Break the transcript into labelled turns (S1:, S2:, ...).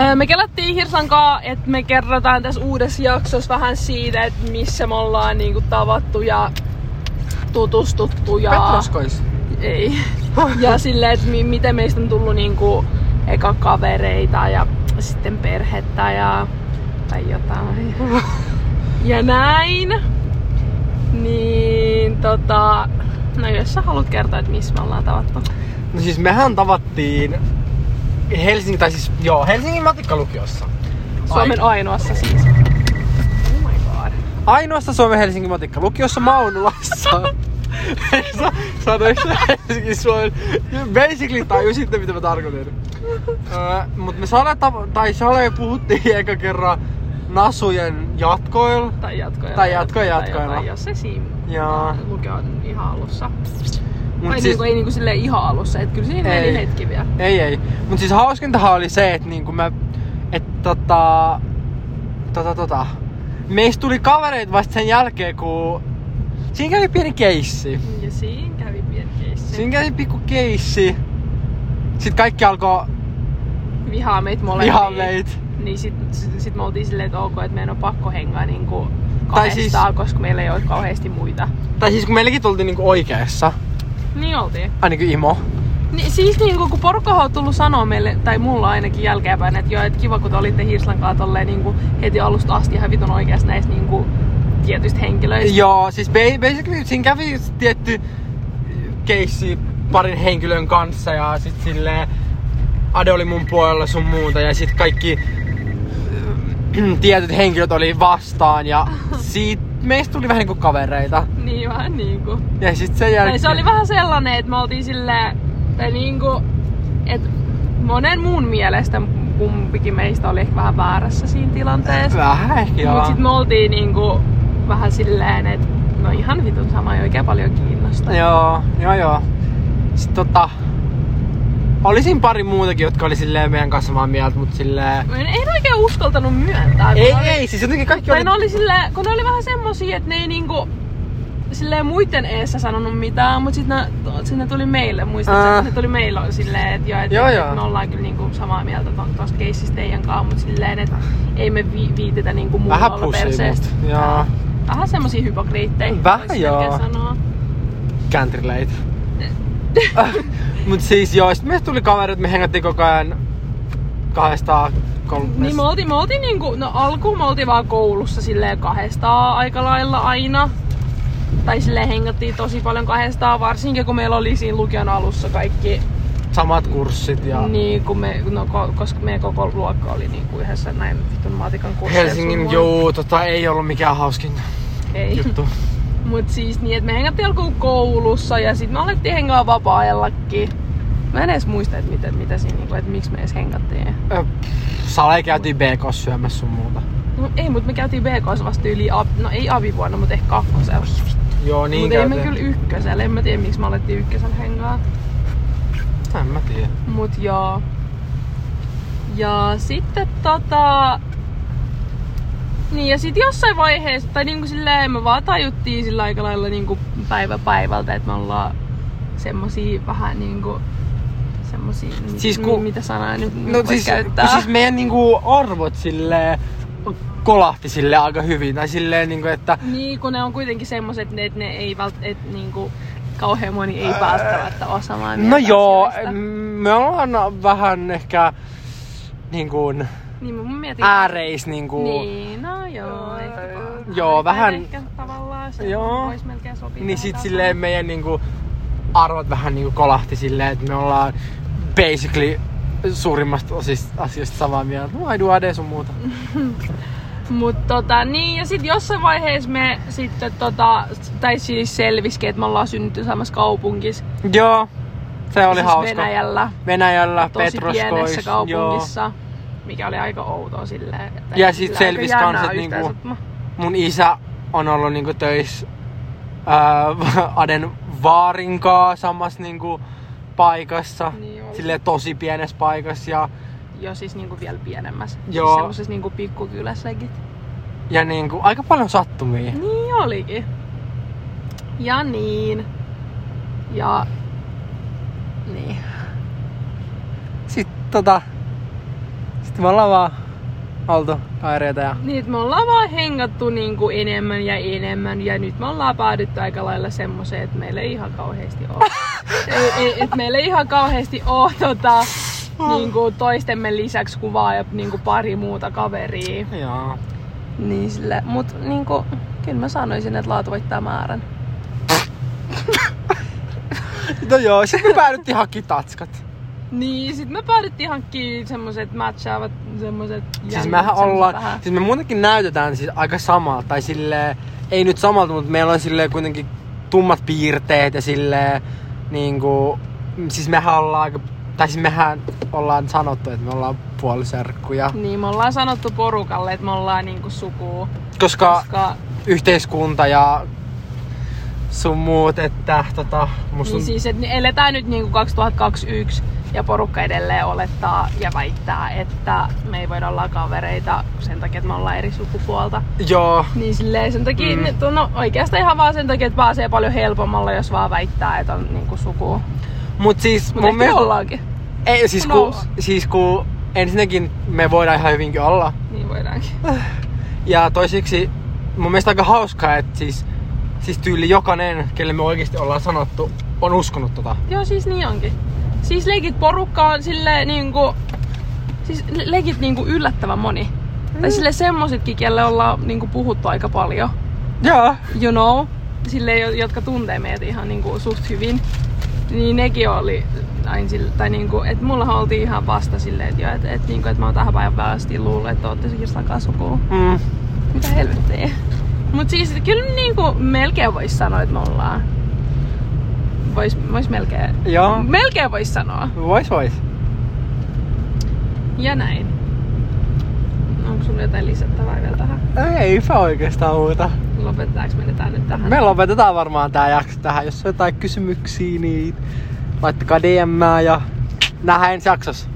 S1: Öö, Me kelattiin Hirsankaa, että me kerrotaan tässä uudessa jaksossa vähän siitä, että missä me ollaan niinku tavattu ja tutustuttu. Ja...
S2: Petroskois.
S1: Ei. Ja silleen, että mi- miten meistä on tullut niinku eka kavereita ja sitten perhettä ja tai jotain. Ja näin. Niin tota... No jos sä haluat kertoa, että missä me ollaan tavattu.
S2: No siis mehän tavattiin Helsingin, tai siis joo, Helsingin matikkalukiossa.
S1: Suomen
S2: Ai-
S1: ainoassa siis. Oh my god.
S2: Ainoassa Suomen Helsingin matikkalukiossa Maunulassa. Sä- Sanoin sä Helsingin Suomen. Basically tajusitte mitä mä tarkoitin. Öö, mut me Sale, tav- tai Sale puhuttiin eka kerran Nasujen jatkoilla.
S1: Tai jatkoja.
S2: Tai jatkoja jatkoilla.
S1: jotain, Jos ei siinä
S2: Ja
S1: lukio on ihan alussa.
S2: Mut
S1: Ai
S2: siis-
S1: siis... niinku, ei niinku silleen ihan alussa, et kyllä siinä
S2: Ei.
S1: meni hetki vielä.
S2: Ei, ei. Mut siis hauskintahan oli se, että niinku mä... Et tota... Tota tota... Meistä tuli kavereita vasta sen jälkeen, kun... Siinä kävi pieni keissi.
S1: Ja siinä kävi pieni keissi.
S2: Siinä kävi pikku keissi. Sitten kaikki alkoi
S1: Vihaa meitä molempia.
S2: ihan meit.
S1: Niin sit, sit, sit me oltiin silleen, että ok, että meidän on pakko hengaa niinku
S2: Tai
S1: kahdestaan,
S2: siis-
S1: koska meillä ei ole kauheasti muita.
S2: Tai siis kun meilläkin tultiin niinku oikeassa.
S1: Niin oltiin.
S2: Ainakin Imo.
S1: Niin, siis niinku, kun porukka on tullut sanoa meille, tai mulla ainakin jälkeenpäin, että joo, et kiva kun te olitte Hirslankaa tolleen niinku, heti alusta asti ihan vitun oikeassa näistä niinku, tietyistä henkilöistä.
S2: Joo, siis ba- basically siinä kävi tietty keissi parin henkilön kanssa ja sit silleen Ade oli mun puolella sun muuta ja sit kaikki äh, tietyt henkilöt oli vastaan ja siitä meistä tuli vähän niinku kavereita.
S1: Niin vähän niinku.
S2: Ja sit sen jälkeen...
S1: Tai se oli vähän sellainen, että me oltiin silleen, tai niinku, että monen muun mielestä kumpikin meistä oli ehkä vähän väärässä siinä tilanteessa.
S2: Vähän ehkä joo.
S1: Mut sit me oltiin niinku vähän silleen, että no ihan vitun sama ei oikein paljon kiinnosta.
S2: Joo, joo joo. Sit tota... Oli siinä pari muutakin, jotka oli silleen meidän kanssa samaa mieltä, mut silleen...
S1: Mä en, en oikein uskaltanut myöntää. kun
S2: Ei,
S1: oli-
S2: ei, siis jotenkin kaikki
S1: Tai
S2: oli...
S1: ne oli sille, kun ne oli vähän semmosia, että ne ei niinku silleen muiden eessä sanonut mitään, mutta sitten ne, to- sit ne tuli meille, muistat
S2: Ää.
S1: sä, että ne tuli meille silleen, että joo, et,
S2: Ah. Joo,
S1: et
S2: joo.
S1: me ollaan kyllä niinku samaa mieltä ton, tosta keissistä teidän kanssa, mutta silleen, että ei me vi- viitetä niinku muulla
S2: Vähän
S1: olla
S2: pussii
S1: perseestä.
S2: mut, joo.
S1: Vähän- Vähän semmosia hypokriittejä,
S2: Vähän
S1: vois
S2: joo.
S1: melkein sanoa.
S2: Cantrileitä. Ah, Mut siis joo, sit meistä tuli kaverit, me hengattiin koko ajan kahdesta kolmesta.
S1: Niin me oltiin, me oltiin niinku, no alkuun me oltiin vaan koulussa silleen kahdestaan aika lailla aina. Tai silleen hengattiin tosi paljon kahdestaan, varsinkin kun meillä oli siinä lukion alussa kaikki.
S2: Samat kurssit ja
S1: Niin, kun me, no, ko- koska meidän koko luokka oli niinku yhdessä näin vitun matikan kursseilla. sun
S2: Helsingin,
S1: muun.
S2: juu, tota ei ollut mikään hauskin
S1: Ei.
S2: juttu.
S1: Mut siis niin, että me hengattiin alkuun koulussa ja sitten me alettiin hengaa vapaa-ajallakin. Mä en edes muista, että mitä, mitä siinä, niinku, että miksi me edes hengattiin.
S2: Ö, Sale käytiin BK syömässä sun muuta.
S1: No ei, mutta me käytiin BKS vasta yli, ab, no ei avivuonna, mutta ehkä kakkosella.
S2: Joo, niin
S1: Niin Mutta ei me
S2: käytiin.
S1: kyllä ykkösellä. En mä tiedä, miksi me alettiin ykkösellä hengaa.
S2: En mä tiedä.
S1: Mut joo. Ja sitten tota... Niin ja sit jossain vaiheessa, tai niinku silleen me vaan tajuttiin sillä aika lailla niinku päivä päivältä, että me ollaan semmosia vähän niinku semmosia, mit-
S2: Siis kun-
S1: mitä sanaa nyt
S2: No
S1: voi
S2: siis,
S1: käyttää.
S2: kun siis meidän niinku arvot silleen kolahti sille aika hyvin. Tai silleen niinku, että
S1: Niin, kun ne on kuitenkin semmoset, ne- että ne ei vält, et niinku kauhean moni ei välttämättä ole samaa mieltä
S2: No joo,
S1: asioista.
S2: mm, me ollaan vähän ehkä niin kuin
S1: Niin mä mietin.
S2: ääreis niin kuin,
S1: Niin, no joo, ehkä vaan.
S2: Joo,
S1: Ainakin
S2: vähän-
S1: Ehkä tavallaan se
S2: Joo.
S1: joo. voisi melkein sopia.
S2: niin
S1: tähän
S2: sit
S1: tapaan.
S2: silleen meidän niin kuin, arvot vähän niin kuin kolahti silleen, että me ollaan basically suurimmasta osista asioista samaa mieltä. Mä aidu ade sun muuta.
S1: Mm. Mut tota, niin, ja sit jossain vaiheessa me sitten tota, tai siis selviskin, että me ollaan synnytty samassa kaupungissa.
S2: Joo, se oli
S1: siis
S2: hauska.
S1: Venäjällä,
S2: Venäjällä
S1: tosi
S2: Petroskois.
S1: pienessä kaupungissa. Mikä oli aika outoa silleen. että-
S2: Ja sit
S1: sillä
S2: selvis
S1: aika
S2: kans,
S1: jännää
S2: et niinku-
S1: yhteensattuma.
S2: Joo. Mun isä on ollut niinku töissä ää, Aden vaarinkaa samassa niinku paikassa.
S1: Niin oli.
S2: Silleen tosi pienessä paikassa ja
S1: Joo, siis niinku vielä pienemmässä.
S2: Joo.
S1: Siis semmosessa niinku pikkukylässäkin.
S2: Ja niinku aika paljon sattumia.
S1: Niin olikin. Ja niin. Ja... Niin.
S2: Sitten tota... Sitten me ollaan vaan oltu aireita ja
S1: Niin, et me ollaan vaan hengattu niinku enemmän ja enemmän ja nyt me ollaan päädytty aika lailla semmoiseen, että meillä ei ihan kauheasti oo. ei, ei, et meillä ei ihan kauheasti oo tota, niinku toistemme lisäksi kuvaa ja niinku pari muuta kaveria.
S2: Joo.
S1: Niin sillä, mut niinku, kyllä mä sanoisin, että laatu voittaa määrän.
S2: No joo, sitten me päädyttiin hakki tatskat. Siis
S1: Niin, sit me päädyttiin hankkiin semmoset matchaavat, semmoset
S2: Siis
S1: jännät,
S2: mehän
S1: semmoset
S2: ollaan,
S1: vähän-
S2: siis me muutenkin näytetään siis aika samalta, tai silleen, ei nyt samalta, mutta meillä on silleen kuitenkin tummat piirteet ja silleen, niinku, siis mehän ollaan aika, tai siis mehän ollaan sanottu, että me ollaan puoliserkkuja,
S1: Niin, me ollaan sanottu porukalle, että me ollaan niinku sukua.
S2: koska
S1: Koska
S2: yhteiskunta ja sun muut, että tota, musta
S1: Niin
S2: on-
S1: siis, että eletään nyt niinku 2021 ja porukka edelleen olettaa ja väittää, että me ei voida olla kavereita sen takia, että me ollaan eri sukupuolta.
S2: joo,
S1: Niin silleen sen takia,
S2: Mm.
S1: mm. no oikeastaan ihan vaan sen takia, että pääsee paljon helpommalla, jos vaan väittää, että on niinku sukua.
S2: mut siis
S1: Mutta ehkä me ollaankin.
S2: Ei, siis
S1: Who
S2: ku,
S1: knows?
S2: siis ku ensinnäkin me voidaan ihan hyvinkin olla.
S1: Niin voidaankin.
S2: Ja toiseksi mun mielestä aika hauskaa, että siis, siis tyyli jokainen, kelle me oikeasti ollaan sanottu, on uskonut tota.
S1: Joo, siis niin onkin. Siis leikit porukka on silleen niinku... Siis le- leikit niinku yllättävän moni. Mm. Tai sille semmosetkin, kelle ollaan niinku puhuttu aika paljon.
S2: Joo.
S1: you know, sille, jo- jotka tuntee meitä ihan niinku suht hyvin, niin nekin oli aina sille, tai niinku, et mullahan oltiin ihan vasta silleen, että et, et, niinku, et mä oon tähän päivään asti luullut, että ootte se Kirsan kanssa sukua.
S2: Mm.
S1: Mitä helvettiä. Mut siis kyllä niinku melkein vois sanoa, että me ollaan. Vois, vois melkein.
S2: Joo.
S1: Melkein vois sanoa.
S2: Vois vois.
S1: Ja näin. Onko sulla jotain lisättävää vielä tähän?
S2: Eipä oikeastaan muuta.
S1: Lopetetaanko me tää nyt tähän?
S2: Me lopetetaan varmaan tää jakso tähän. Jos on jotain kysymyksiä, niin laittakaa DM ja nähdään ensi jaksossa.